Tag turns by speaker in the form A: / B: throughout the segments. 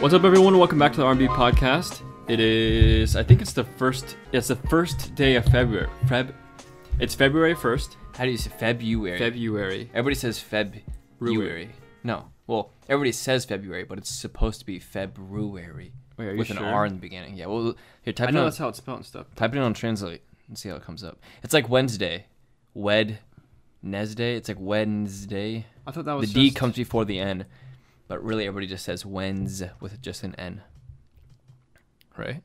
A: What's up, everyone? Welcome back to the R&B podcast. It is, I think it's the first. It's the first day of February. Feb. It's February first,
B: How do you say February?
A: February.
B: everybody says February. No. Well, everybody says February, but it's supposed to be February
A: Wait, are you
B: with an
A: sure?
B: R in the beginning. Yeah. Well, here type
A: I
B: it
A: know
B: on,
A: that's how it's spelled and stuff.
B: type it on translate and see how it comes up. It's like Wednesday, Wed, Nesday. It's like Wednesday.
A: I thought that
B: The
A: was
B: D
A: just-
B: comes before the N, but really everybody just says Wednes with just an N. Right.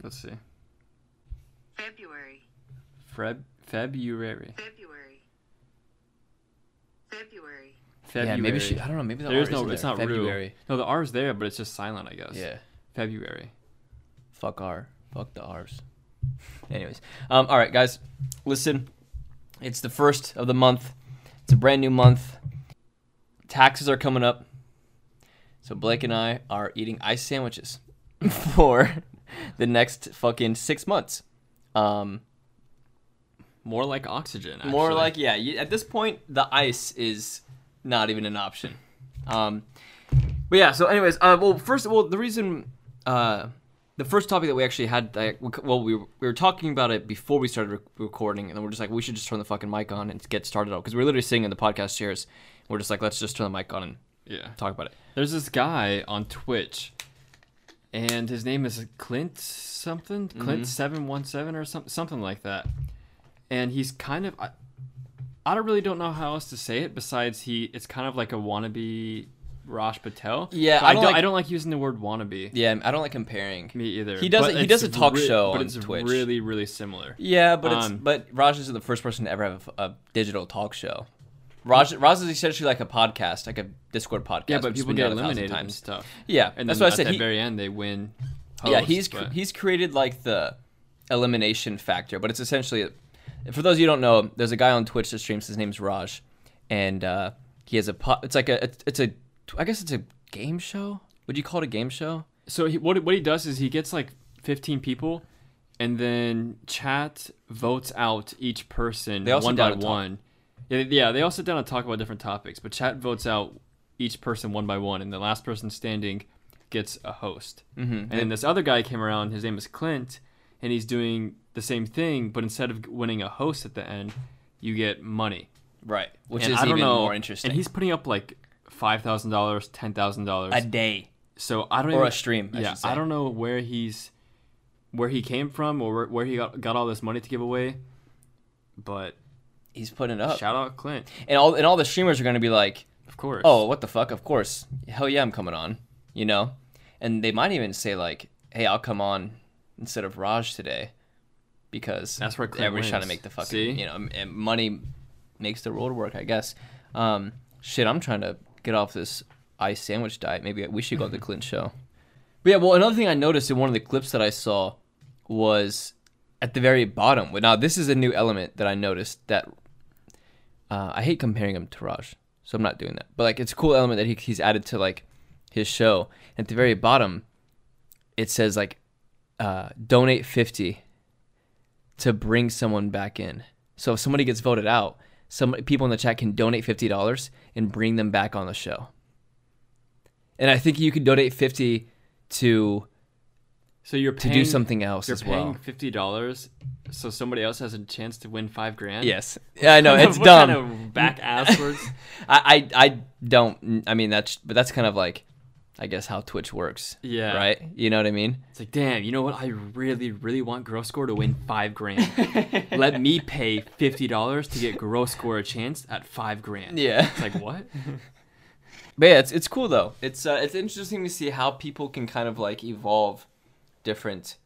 A: Let's see.
C: February,
A: Feb. February.
C: February, February,
A: February.
B: Yeah. Maybe she. I don't know. Maybe the
A: There
B: R
A: is no.
B: isn't
A: It's
B: there.
A: not
B: February.
A: real. No, the R is there, but it's just silent, I guess.
B: Yeah.
A: February.
B: Fuck R. Fuck the R's. Anyways, um, all right, guys, listen. It's the first of the month. It's a brand new month. Taxes are coming up, so Blake and I are eating ice sandwiches for the next fucking six months. Um,
A: More like oxygen. Actually.
B: more like yeah. You, at this point, the ice is not even an option. Um, but yeah. So, anyways, uh, well, first, well, the reason, uh, the first topic that we actually had, that we c- well, we were, we were talking about it before we started rec- recording, and then we're just like, we should just turn the fucking mic on and get started out because we we're literally sitting in the podcast chairs. We're just like, let's just turn the mic on and
A: Yeah.
B: talk about it.
A: There's this guy on Twitch, and his name is Clint something,
B: Mm-hmm.
A: Clint seven one seven or something, something like that. And he's kind of, I, I don't really don't know how else to say it besides he. It's kind of like a wannabe Rosh Patel.
B: Yeah,
A: But
B: I
A: I
B: don't
A: don't.
B: like-
A: I don't like using the word wannabe.
B: Yeah, I don't like comparing.
A: Me either.
B: He does
A: but
B: a- he
A: it's
B: does a talk show
A: but
B: on
A: it's
B: Twitch.
A: Really, really similar.
B: Yeah, but it's
A: Um,
B: but Raj isn't the first person to ever have a, a digital talk show. Raj Raj is essentially like a podcast, like a Discord podcast.
A: Yeah,
B: which
A: but
B: has
A: people
B: been
A: get
B: done a thousand
A: eliminated and
B: times.
A: stuff.
B: Yeah,
A: And
B: that's
A: then
B: why I
A: at
B: said
A: the
B: he,
A: very end they win.
B: yeah
A: host,
B: he's cr-
A: but-
B: he's created like the elimination factor, but it's essentially for those of you who don't know, there's a guy on Twitch that streams. His name's Raj, and uh, he has a po- it's like a it's, it's a I guess it's a game show. Would you call it a game show?
A: So he, what what he does is he gets like 15 people, and then chat votes out each person
B: They all sit
A: one
B: down
A: by
B: and talk.
A: one. Yeah, they- yeah, they all sit down and talk about different topics, but chat votes out each person one by one, and the last person standing gets a host. Mm-hmm. And then this other guy came around. His name is Clint, and he's doing the same thing, but instead of winning a host at the end, you get money,
B: Right, which
A: And
B: is
A: I don't
B: even
A: know-
B: more interesting.
A: And he's putting up like five thousand dollars, ten thousand dollars
B: a day.
A: so I don't
B: Or
A: even,
B: a stream, I
A: yeah,
B: should say.
A: I don't know where he's where he came from or where, where he got, got all this money to give away, but
B: He's putting it up.
A: shout out Clint,
B: and all and all the streamers are gonna be like,
A: of course.
B: "Oh, what the fuck? Of course, hell yeah, I'm coming on," you know, and they might even say like, "Hey, I'll come on instead of Raj today," because
A: That's where Clint
B: everybody's trying to
A: wins.
B: make the fucking
A: See?
B: you know, m- and money makes the world work, I guess. Um, shit, I'm trying to get off this ice sandwich diet. Maybe we should go on the Clint show. But yeah, well, another thing I noticed in one of the clips that I saw was at the very bottom. Now, this is a new element that I noticed that uh, I hate comparing him to Raj, so I'm not doing that. But like, it's a cool element that he, he's added to like his show. At the very bottom, it says like, uh, donate fifty to bring someone back in. So if somebody gets voted out, some people in the chat can donate fifty dollars and bring them back on the show. And I think you could donate fifty to
A: so you're
B: to
A: paying,
B: do something else
A: You're
B: as
A: paying
B: well.
A: fifty dollars, so somebody else has a chance to win five grand.
B: Yes, yeah, I know
A: What
B: it's dumb.
A: Kind of back asswards.
B: I, I I don't. I mean that's but that's kind of like, I guess how Twitch works.
A: Yeah.
B: Right. You know what I mean?
A: it's like, damn, you know what? I really, really want Gross Score to win five grand. Let me pay fifty dollars to get Gross Score a chance at five grand.
B: Yeah.
A: It's like what?
B: But yeah, it's it's cool though. It's uh, it's interesting to see how people can kind of like evolve different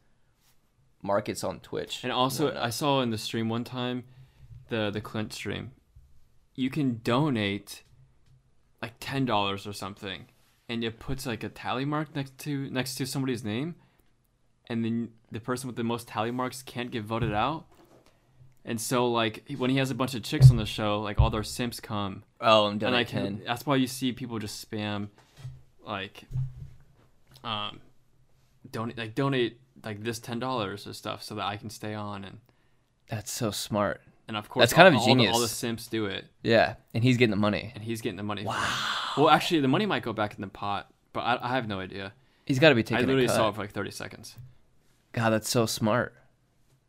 B: markets on Twitch.
A: And also, I saw in the stream one time, the the Clint stream, you can donate like ten dollars or something, and it puts like a tally mark next to next to somebody's name, and then the person with the most tally marks can't get voted out. And so, like when he has a bunch of chicks on the show, like all their simps come,
B: Oh, I'm done
A: and
B: at
A: like
B: ten.
A: that's why you see people just spam, like, um, donate like donate like this ten dollars or stuff so that I can stay on and
B: That's so smart.
A: and of course,
B: That's kind of
A: all- all the-
B: genius.
A: All the, simps do it,
B: Yeah, and he's getting the money.
A: and he's getting the money. Wow. Well, actually, the money might go back in the pot but I, I have no idea.
B: He's got to be
A: I
B: taking.
A: literally
B: a cut.
A: saw it for like 30 seconds.
B: God, that's so smart.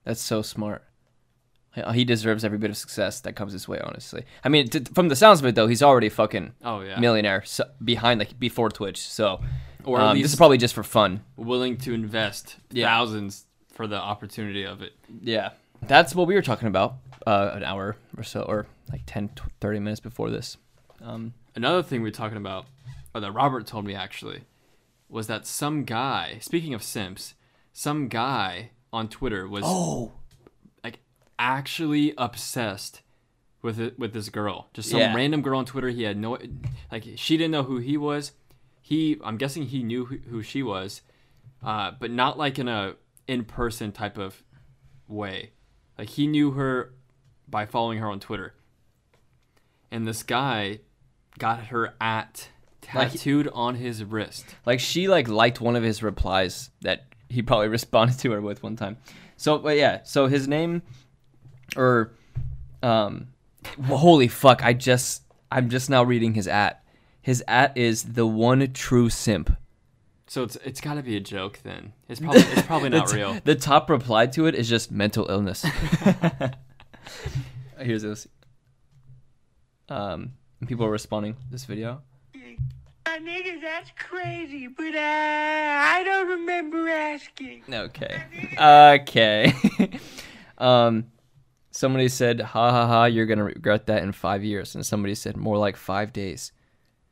B: That's so smart. He- He deserves every bit of success that comes his way. Honestly, I mean, t- from the sounds of it, though, he's already fucking
A: Oh yeah,
B: millionaire so, behind like before Twitch. So,
A: Or at
B: um, this
A: least-
B: is probably just for fun.
A: willing to invest
B: Yeah.
A: thousands for the opportunity of it.
B: Yeah, that's what we were talking about uh, an hour or so, or like 10, tw- 30 minutes before this. Um,
A: Another thing we are talking about, or that Robert told me actually, was that some guy. Speaking of simps, some guy on Twitter was
B: oh,
A: like actually obsessed with it, with this girl. Just some
B: Yeah.
A: random girl on Twitter. He had no like she didn't know who he was. He I'm guessing he knew who, who she was, uh, but not like in a in person type of way. Like he knew her by following her on Twitter. And this guy got her at
B: Like-
A: tattooed on his wrist.
B: like she like liked one of his replies that he probably responded to her with one time. So, but yeah, so his name, or, um, well, holy fuck, I just I'm just now reading his at. His at is the one true simp.
A: So it's it's got to be a joke then. It's probably it's probably
B: The
A: not
B: t-
A: real.
B: The top reply to it is just mental illness. Here's this. Um, people are responding to this video.
C: Uh, nigga, that's crazy, but uh, I don't remember asking.
B: Okay. Okay. um, somebody said, "Ha ha ha! You're gonna regret that in five years." And somebody said, "More like five days."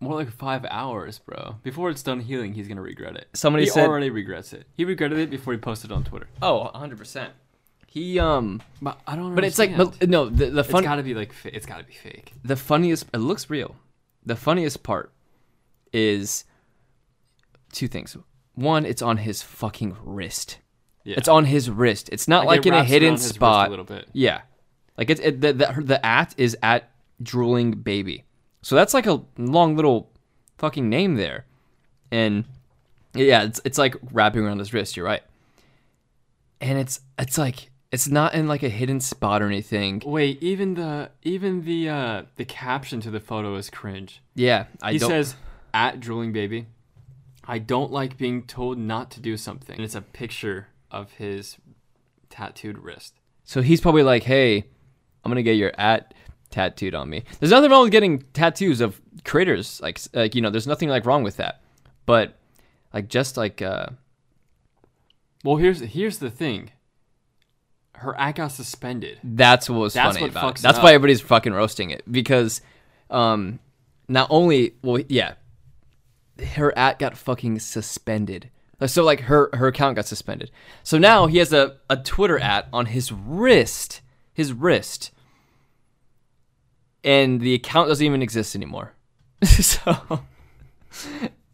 A: More like five hours, bro. Before it's done healing, he's gonna regret it.
B: Somebody
A: he
B: said-
A: already regrets it. He regretted it before he posted it on Twitter.
B: Oh, 100 percent. He um,
A: But I don't.
B: but it's like, but, no, the the
A: it's
B: fun,
A: gotta be like fa- it's gotta be fake.
B: the funniest. It looks real. The funniest part is two things. One, it's on his fucking wrist.
A: Yeah,
B: It's on his wrist. It's not like,
A: it
B: in a
A: wraps around
B: hidden
A: his wrist
B: spot.
A: A little bit.
B: Yeah, like it's it, the, the the at is at drooling baby. So that's like a long little fucking name there, and yeah, it's it's like wrapping around his wrist. You're right, and it's it's like it's not in like a hidden spot or anything.
A: Wait, even the even the uh the caption to the photo is cringe.
B: Yeah, I
A: He
B: don't.
A: says, "At drooling baby, I don't like being told not to do something." And it's a picture of his tattooed wrist.
B: so he's probably like, hey, I'm gonna get your at tattooed on me. There's nothing wrong with getting tattoos of creators. Like like you know, there's nothing like wrong with that, but like just like uh.
A: Well, here's here's the thing. Her act got suspended.
B: That's what was
A: That's
B: funny
A: what
B: about
A: fucks
B: it.
A: it
B: That's
A: up.
B: why everybody's fucking roasting it because, um, not only well, yeah, her at got fucking suspended. Uh, So like her her account got suspended. So now he has a a Twitter at on his wrist, his wrist, and the account doesn't even exist anymore. so,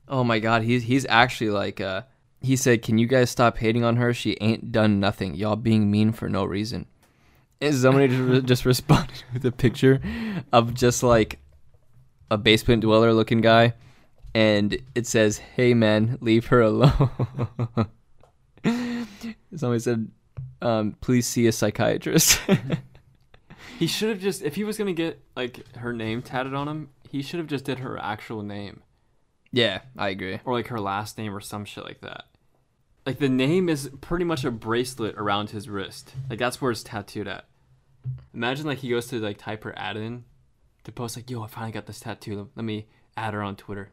B: oh my god, he's he's actually like uh. He said, "Can you guys stop hating on her? She ain't done nothing. Y'all being mean for no reason." And somebody just, re- just responded with a picture of just like a basement dweller looking guy, and it says, "Hey man, leave her alone." somebody said, um, "Please see a psychiatrist."
A: He should have just if he was gonna get like her name tatted on him, he should have just did her actual name
B: yeah, I agree.
A: or like her last name or some shit like that. Like the name is pretty much a bracelet around his wrist. Like that's where it's tattooed at. Imagine like he goes to like type her ad in to post like, "Yo, I finally got this tattoo. Let- Let me add her on Twitter."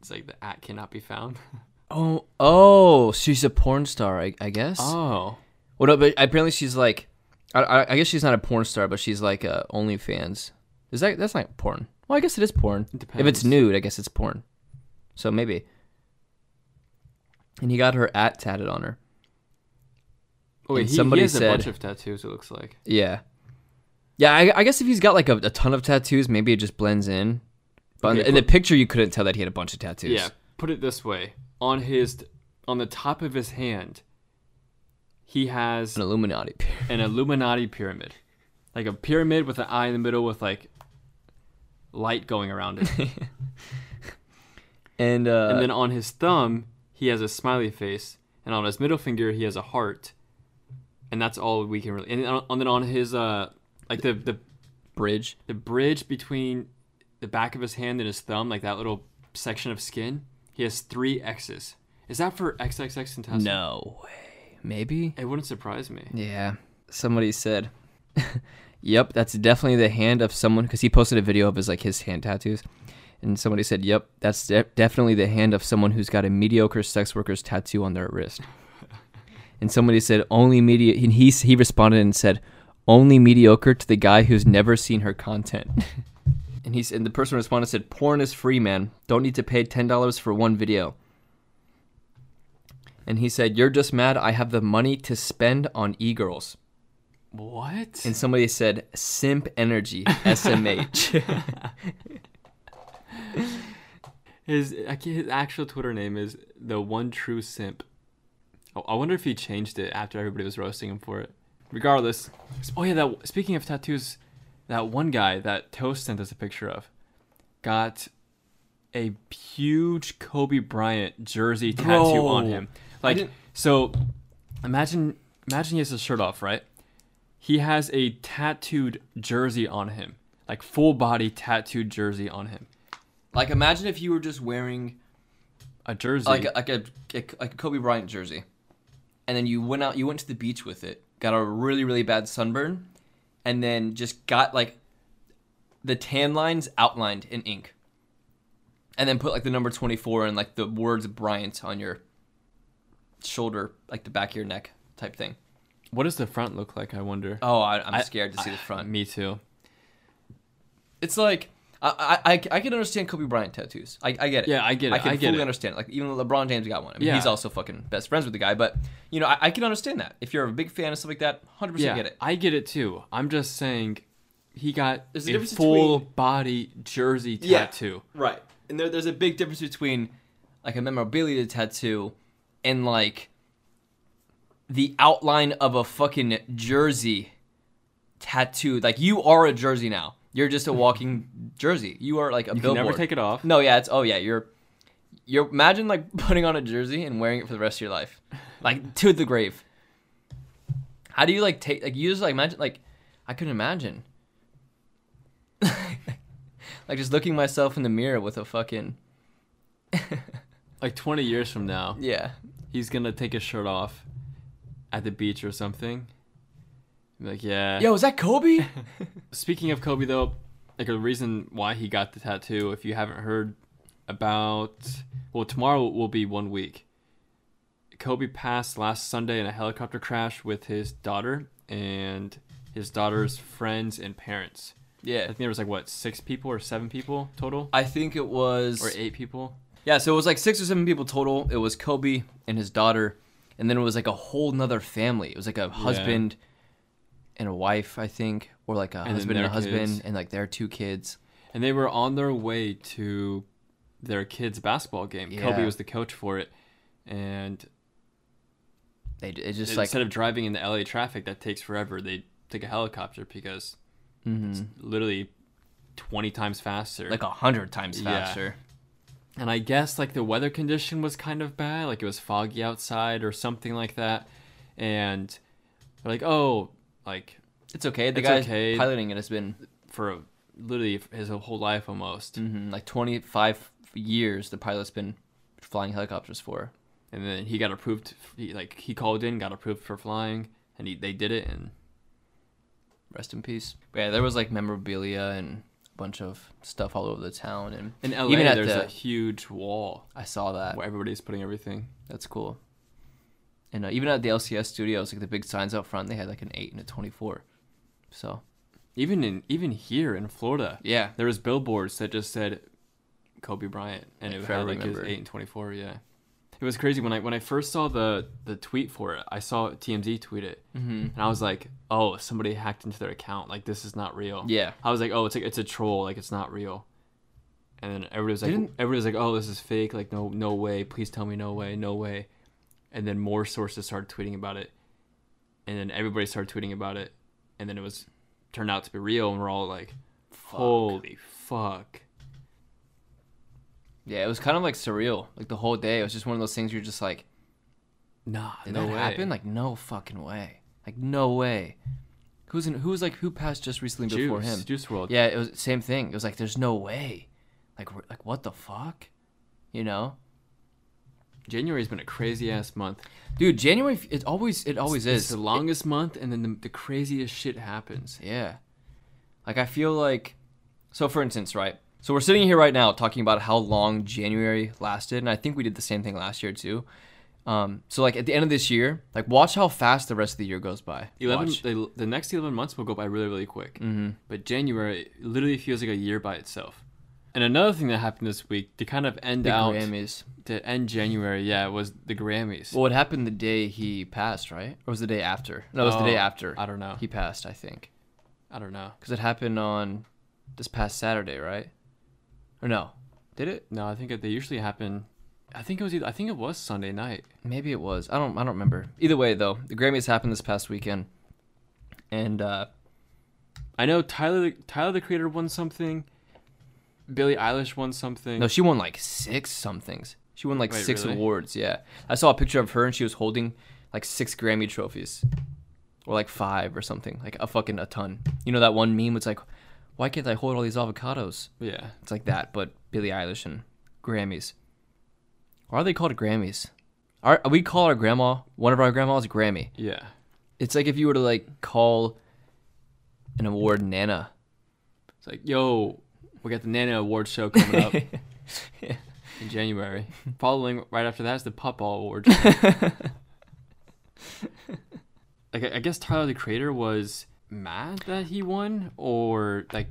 A: It's like the at cannot be found.
B: Oh, oh, she's a porn star, I, I guess.
A: Oh,
B: Well, no, but apparently she's like, I, I, I guess she's not a porn star, but she's like uh, OnlyFans. Is that that's not porn? Well, I guess it is porn. If
A: depends.
B: it's nude, I guess it's porn. So maybe. And he got her at tatted on her.
A: oh wait,
B: And
A: he,
B: somebody
A: he has a bunch
B: said-
A: of tattoos. It looks like.
B: Yeah, yeah. I, I guess if he's got like a, a ton of tattoos, maybe it just blends in. But in,
A: Okay,
B: the, in the
A: put-
B: picture, you couldn't tell that he had a bunch of tattoos.
A: Yeah, put it this way: on his, on the top of his hand, he has
B: an Illuminati.
A: an Illuminati pyramid, like a pyramid with an eye in the middle with like light going around it.
B: and uh,
A: and then on his thumb, he has a smiley face, and on his middle finger, he has a heart, and that's all we can really. And then on, and then on his uh, like the the
B: bridge.
A: the bridge between the back of his hand and his thumb, like that little section of skin, he has three X's. Is that for XXX Tentacion?
B: No way. Maybe?
A: It wouldn't surprise me.
B: Yeah. Somebody said, "Yep, that's definitely the hand of someone." Because he posted a video of his like his hand tattoos, and somebody said, "Yep, that's de- definitely the hand of someone who's got a mediocre sex worker's tattoo on their wrist." and somebody said, "Only media." And he s- he responded and said, "Only mediocre to the guy who's never seen her content." and he's and the person responded said, "Porn is free, man. Don't need to pay ten dollars for one video." And he said, "You're just mad. I have the money to spend on e-girls."
A: What?
B: and somebody said simp energy smh
A: His I can't- his actual Twitter name is the one true simp. I- I wonder if he changed it after everybody was roasting him for it. Regardless, oh yeah, that speaking of tattoos, that one guy that Toast sent us a picture of got a huge Kobe Bryant jersey tattoo
B: Bro.
A: on him. Like
B: didn't-
A: so, imagine imagine he has his shirt off, right? He has a tattooed jersey on him, like full body tattooed jersey on him.
B: like imagine if you were just wearing
A: A jersey,
B: like a, like a like a kobe bryant jersey and then you went out you went to the beach with it got a really really bad sunburn and then just got like the tan lines outlined in ink and then put like the number 24 and like the words bryant on your shoulder like the back of your neck type thing
A: What does the front look like? I wonder.
B: oh I, i'm
A: I-
B: scared to see the front
A: Me too.
B: It's like I, I, I I can understand Kobe Bryant tattoos. I, I get it.
A: Yeah, I get it.
B: I can
A: I get
B: fully
A: it.
B: understand. it. Like even LeBron James got one. I mean,
A: Yeah.
B: he's also fucking best friends with the guy. But you know, I, I can understand that. If you're a big fan of stuff like that, hundred
A: Yeah,
B: percent get it.
A: I get it too. I'm just saying, he got
B: There's a
A: a
B: difference
A: full body jersey
B: Yeah.
A: tattoo.
B: Right. And there, there's a big difference between like a memorabilia tattoo and like the outline of a fucking jersey tattooed. Like you are a jersey now. You're just a walking jersey. You are like a
A: You can
B: billboard.
A: never take it off.
B: No, yeah, it's oh yeah, you're you're imagine like putting on a jersey and wearing it for the rest of your life. Like to the grave. How do you like take like you just like imagine like I couldn't imagine. like just looking myself in the mirror with a fucking
A: Like 20 years from now,
B: Yeah.
A: he's gonna take his shirt off at the beach or something. Be Like yeah.
B: Yo, is that Kobe?
A: Speaking of Kobe though, like a reason why he got the tattoo, if you haven't heard about, well, tomorrow will be one week. Kobe passed last Sunday in a helicopter crash with his daughter and his daughter's friends and parents. I
B: yeah.
A: think there was like what six people or seven people total,
B: I think it was
A: or eight people.
B: Yeah, so it was like six or seven people total. It was Kobe and his daughter, and then it was like a whole nother family. It was like a husband and a wife, I think, or like a
A: then
B: husband and a
A: their
B: husband,
A: kids.
B: and like their two kids.
A: and they were on their way to their kids' basketball game. Kobe
B: Yeah.
A: was the coach for it, and
B: They it just like
A: instead of driving in the LA traffic that takes forever, they took a helicopter because it's literally twenty times faster.
B: mm-hmm, like a hundred times
A: Yeah.
B: faster.
A: and I guess like the weather condition was kind of bad, like it was foggy outside or something like that, and they're like, oh, like
B: It's okay. The
A: It's
B: guy
A: okay.
B: piloting it has been
A: for literally his whole life almost.
B: mhm, like twenty five years. The pilot's been flying helicopters for.
A: and then he got approved. He, like he called in, got approved for flying, and he, they did it. And
B: Rest in peace. But yeah, there was like memorabilia and a bunch of stuff all over the town, and
A: in LA,
B: Even at
A: there's
B: the-
A: a huge wall
B: I saw that.
A: where everybody's putting everything.
B: That's cool. And uh, even at the LCS studios, like the big signs out front, they had like an eight and a twenty-four. So
A: Even in even here in Florida,
B: yeah,
A: there was billboards that just said Kobe Bryant, and it
B: Like,
A: had
B: forever
A: like his
B: remembered.
A: eight and twenty four. Yeah, it was crazy when I when I first saw the the tweet for it. I saw TMZ tweet it,
B: Mm-hmm.
A: and I was like, oh, somebody hacked into their account. Like this is not real.
B: yeah.
A: I was like, oh, it's like it's a troll, like it's not real. And then everybody was like,
B: Didn't-
A: everybody was like, oh, this is fake, like no, no way, please tell me, no way, no way. And then more sources started tweeting about it, and then everybody started tweeting about it, and then it was turned out to be real, and we're all like, holy fuck.
B: Yeah, it was kind of like surreal. Like the whole day, it was just one of those things. You're just like,
A: Nah,
B: did
A: no
B: that
A: way.
B: happen? Like no fucking way. Like no way. Who's in? Who's like who passed just recently
A: Juice,
B: before him?
A: Juice World.
B: Yeah, it was same thing. It was like there's no way. Like we're- like what the fuck? You know,
A: January's been a crazy ass month.
B: dude, January it always it always
A: It's
B: is
A: the longest month, and then the, the craziest shit happens.
B: Yeah. Like I feel like so for instance, right? So we're sitting here right now talking about how long January lasted, and I think we did the same thing last year too. Um, so like at the end of this year, like watch how fast the rest of the year goes by.
A: Eleven.
B: Watch.
A: The, the next eleven months will go by really, really quick. Mm-hmm. But January literally feels like a year by itself. And another thing that happened this week to kind of end
B: The
A: out
B: Grammys.
A: to end January, yeah, was the Grammys.
B: Well, it happened the day he passed, right? Or was it the day after? No, it was the day
A: Oh,
B: after.
A: I don't know.
B: He passed, I think,
A: I don't know.
B: because it happened on this past Saturday, right? Or no? Did it?
A: No, I think it- they usually happen. I think it was. Either, I think it was Sunday night.
B: Maybe it was. I don't. I don't remember. Either way, though, the Grammys happened this past weekend, and uh,
A: I know Tyler. Tyler the Creator won something. Billie Eilish won something.
B: no, she won like six somethings. She won like
A: Wait,
B: six
A: really?
B: awards. Yeah, I saw a picture of her, and she was holding like six Grammy trophies, or like five or something, like a fucking a ton. You know that one meme? It's like, why can't I hold all these avocados?
A: yeah,
B: It's like that, but Billie Eilish and Grammys. Why are they called Grammys? Our, we call our grandma, one of our grandmas, Grammy.
A: yeah.
B: It's like if you were to like call an award Nana.
A: It's like, yo, we got the Nana Award show coming up
B: Yeah.
A: in January. Following right after that is the Pup All Award. show. like, I I guess Tyler the Creator was mad that he won, or like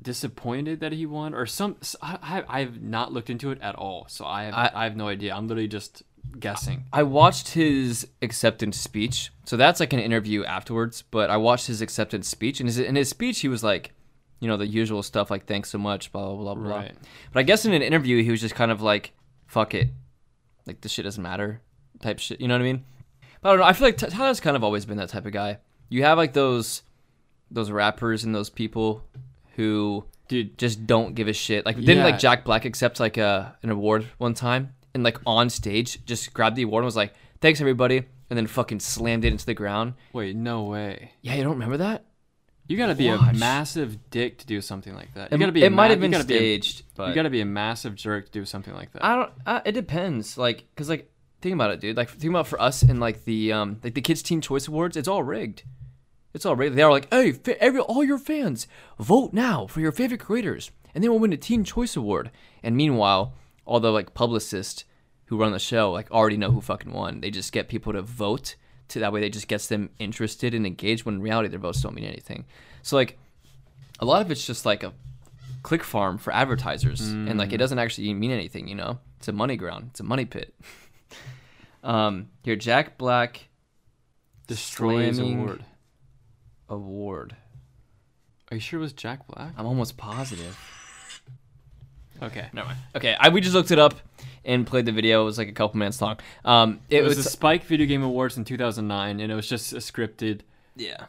A: disappointed that he won, or some. s- I, I- I've not looked into it at all, so I have, I,
B: I-
A: have no idea. I'm literally just guessing.
B: I watched his acceptance speech. So that's like an interview afterwards, but I watched his acceptance speech and his in his speech he was like, you know, the usual stuff like thanks so much, blah blah blah blah.
A: Right.
B: But I guess in an interview he was just kind of like, fuck it. Like this shit doesn't matter type shit, you know what I mean? But I don't know, I feel like Ty- Tyler's kind of always been that type of guy. You have like those those rappers and those people who
A: Dude,
B: just don't give a shit. Like didn't
A: Yeah.
B: like Jack Black accept like a an award one time and like on stage just grabbed the award and was like, "Thanks everybody," and then fucking slammed it into the ground.
A: wait, no way.
B: Yeah, you don't remember that?
A: You gotta be
B: Watch.
A: a massive dick to do something like that. You
B: It,
A: gotta be. a
B: it might
A: ma-
B: have
A: you
B: been
A: gotta be a-
B: staged, but
A: you gotta be a massive jerk to do something like that.
B: I don't. Uh, it depends. Like, cause like think about it, dude. Like think about for us and like the um like the kids' Teen Choice Awards. It's all rigged. It's all rigged. They are like, hey, fa- every all your fans vote now for your favorite creators, and they will win a Teen Choice Award. And meanwhile, all the like publicists who run the show like already know who fucking won. They just get people to vote. To that way, they just gets them interested and engaged. When in reality, their votes don't mean anything. So like, a lot of it's just like a click farm for advertisers and like it doesn't actually mean anything you know it's a money ground it's a money pit um here jack black
A: Destroys
B: Slamming-
A: award.
B: award
A: Are you sure it was Jack Black?
B: i'm almost positive
A: Okay.
B: never mind okay i we just looked it up and played the video it was like a couple minutes long um it,
A: It was
B: was,
A: the Spike Video Game Awards in 2009, and it was just a scripted
B: yeah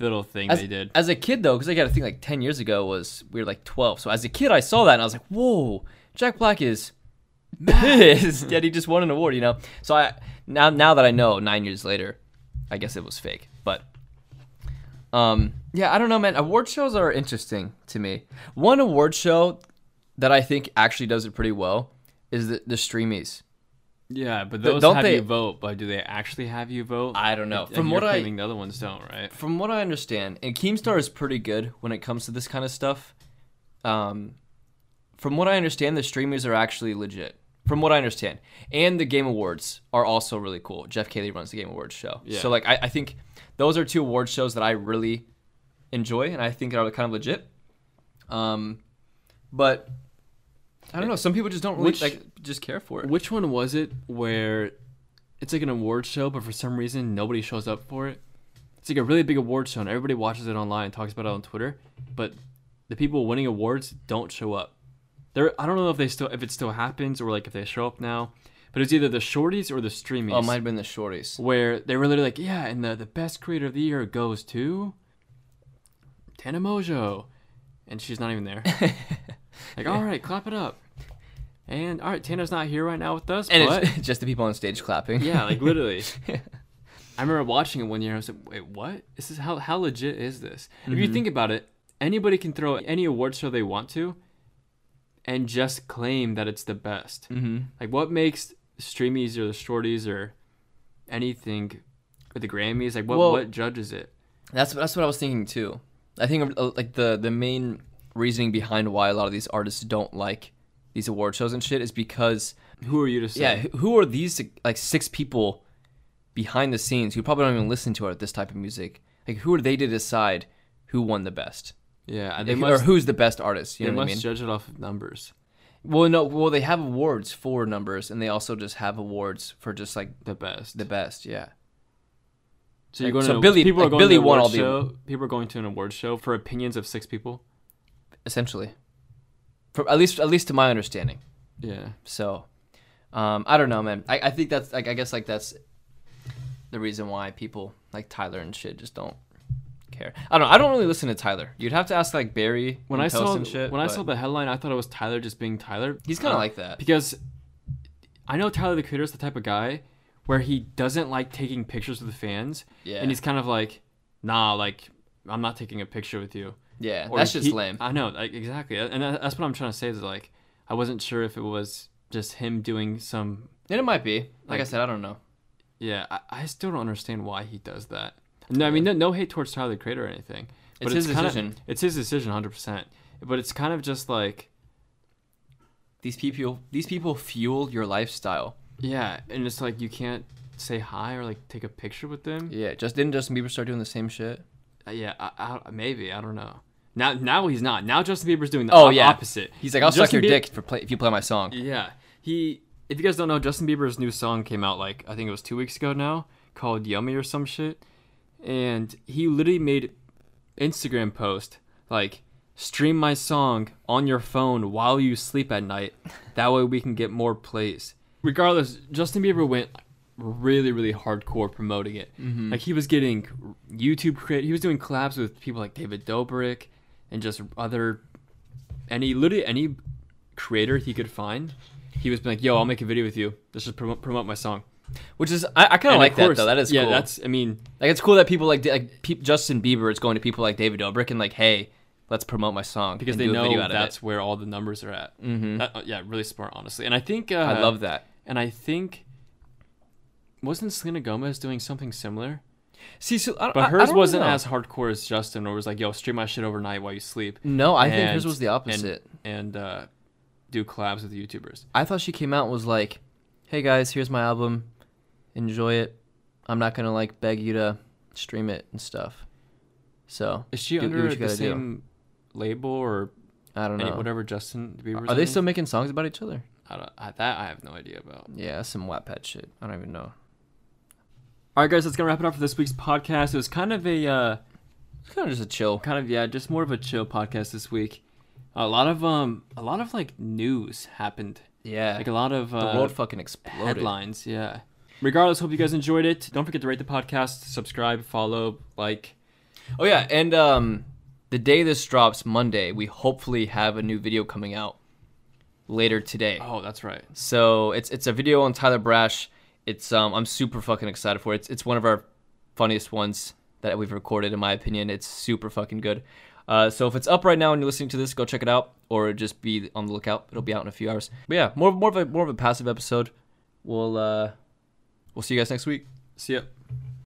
A: little thing
B: as,
A: they did.
B: as a kid though because i gotta think like 10 years ago was we were like 12 so as a kid i saw that and i was like whoa jack black is pissed that he just won an award you know so i now now that i know nine years later i guess it was fake but um yeah i don't know man award shows are interesting to me one award show that i think actually does it pretty well is the, the streamies
A: yeah, but those
B: don't
A: have
B: they-
A: you vote, but do they actually have you vote?
B: I don't know.
A: Like,
B: From
A: you're
B: what I-
A: claiming the other ones don't, right?
B: from what I understand, and Keemstar is pretty good when it comes to this kind of stuff. Um, from what I understand, the streamers are actually legit. From what I understand, and the Game Awards are also really cool. Jeff Cayley runs the Game Awards show,
A: Yeah.
B: so like I, I think those are two award shows that I really enjoy, and I think are kind of legit. Um, but I don't know. Some people just don't really
A: Which-
B: like just care for it.
A: Which one was it where it's like an award show, but for some reason nobody shows up for it? It's like a really big award show, and everybody watches it online and talks about it on Twitter, but the people winning awards don't show up. There, I don't know if they still if it still happens or like if they show up now, but it's either the shorties or the streamies.
B: oh, might have been the shorties.
A: where they were literally like, yeah, and the, the best creator of the year goes to Tana Mojo. And she's not even there. like, all right, clap it up. And all right, Tana's not here right now with us.
B: And
A: but
B: it's just the people on stage clapping. Mm-hmm.
A: yeah, like literally. I remember watching it one year. I was like, wait, what? This is how how
B: Mm-hmm.
A: legit is this? If you think about it, anybody can throw any award show they want to, and just claim that it's the best.
B: Mm-hmm.
A: Like, what makes Streamies or the Shorties or anything with the Grammys? Like, what
B: Well-
A: what judges it?
B: That's that's what I was thinking too. I think uh, like the the main reasoning behind why a lot of these artists don't like these award shows and shit is because
A: Who are you to say?
B: yeah, who- who are these like six people behind the scenes who probably don't even listen to our- this type of music? Like who are they to decide who won the best
A: yeah. They
B: Like,
A: must,
B: or who's the best artist? You
A: they
B: know what I
A: must
B: mean?
A: judge it off of numbers.
B: well, no, well they have awards for numbers and they also just have awards for just like
A: The best.
B: the best. Yeah,
A: so you're
B: like,
A: going
B: so
A: to
B: Billy-
A: people are
B: like,
A: going
B: Billy
A: to an
B: won
A: award
B: all the-
A: show. People are going to an award show for opinions of six people.
B: essentially. For, at least at least to my understanding.
A: Yeah.
B: So, um, I don't know, man. I, I think that's like I guess like that's the reason why people like Tyler and shit just don't care. I don't. know. I don't really listen to Tyler. You'd have to ask like Barry
A: When
B: and
A: I
B: Toast
A: saw
B: and shit.
A: when I
B: but
A: saw the headline, I thought it was Tyler just being Tyler.
B: he's kind
A: Uh,
B: of like that.
A: because I know Tyler the Creator is the type of guy where he doesn't like taking pictures with the fans,
B: Yeah.
A: and he's kind of like, nah, like I'm not taking a picture with you.
B: Yeah,
A: Or
B: that's just
A: he-
B: lame.
A: I know, like, exactly, and that- that's what I'm trying to say is like, I wasn't sure if it was just him doing some.
B: and it might be. Like, I
A: like-
B: said, I don't know.
A: Yeah, I, I still don't understand why he does that. No, I mean, no, no hate towards Tyler the Creator or anything. But
B: It's his
A: kinda-
B: decision.
A: It's his decision, hundred percent. But it's kind of just like,
B: These people, these people fuel your lifestyle.
A: yeah, and it's like you can't say hi or like take a picture with them.
B: Yeah, just didn't Justin Bieber start doing the same shit?
A: Uh, Yeah, I, I, maybe I don't know. Now, now he's not. Now Justin Bieber's doing the
B: Oh
A: o-
B: yeah,
A: opposite.
B: He's like, I'll suck
A: Justin
B: your
A: Bie-
B: dick for play if you play my song.
A: Yeah, he. If you guys don't know, Justin Bieber's new song came out like I think it was two weeks ago now, called "Yummy" or some shit, and he literally made Instagram post like stream my song on your phone while you sleep at night. That way we can get more plays. Regardless, Justin Bieber went really really hardcore promoting it. Like he was getting YouTube credit. He was doing collabs with people like David Dobrik and just other any literally any creator he could find. He was like, "Yo, I'll make a video with you. Let's just promote, promote my song."
B: Which is, I, I
A: And
B: kind of
A: of
B: like
A: course-
B: that though. That is
A: yeah.
B: cool.
A: That's I mean,
B: Like it's cool that people like like pe- Justin Bieber is going to people like David Dobrik and like, hey, let's promote my song
A: because
B: and
A: they
B: do a video
A: know
B: out of
A: that's
B: it.
A: where all the numbers are at. Mm-hmm. yeah, really smart, honestly. And I think uh,
B: I love that.
A: And I think wasn't Selena Gomez doing something similar?
B: See, so I,
A: But hers wasn't as hardcore as Justin, or was like, "Yo, stream my shit overnight while you sleep."
B: No, I think
A: and-
B: hers was the
A: and-
B: opposite.
A: And, uh, do collabs with YouTubers.
B: I thought she came out and was like, hey guys, here's my album, enjoy it. I'm not gonna like beg you to stream it and stuff. So
A: Is she
B: do- do
A: under
B: what you
A: the
B: gotta do.
A: same label or
B: I don't
A: any,
B: know.
A: whatever Justin Bieber's?
B: Are they
A: on?
B: still making songs about each other?
A: I don't, I, that I have no idea about.
B: Yeah, that's some Wattpad shit. I don't even know.
A: All right, guys, that's gonna wrap it up for this week's podcast. It was kind of a, uh,
B: It's kind of just a chill.
A: kind of yeah, just more of a chill podcast this week. A lot of um, a lot of like news happened,
B: Yeah,
A: like a lot of uh,
B: the world fucking exploded.
A: headlines. Yeah. Regardless, hope you guys enjoyed it. Don't forget to rate the podcast, subscribe, follow, like.
B: Oh yeah, and um, the day this drops, Monday, we hopefully have a new video coming out later today.
A: Oh, that's right.
B: So it's it's a video on Tyler Brash. It's um, I'm super fucking excited for it. It's, it's one of our funniest ones that we've recorded, in my opinion. It's super fucking good. Uh, so if it's up right now and you're listening to this, go check it out, or just be on the lookout. It'll be out in a few hours. But yeah, more more of a more of a passive episode. We'll uh, we'll see you guys next week.
A: See ya.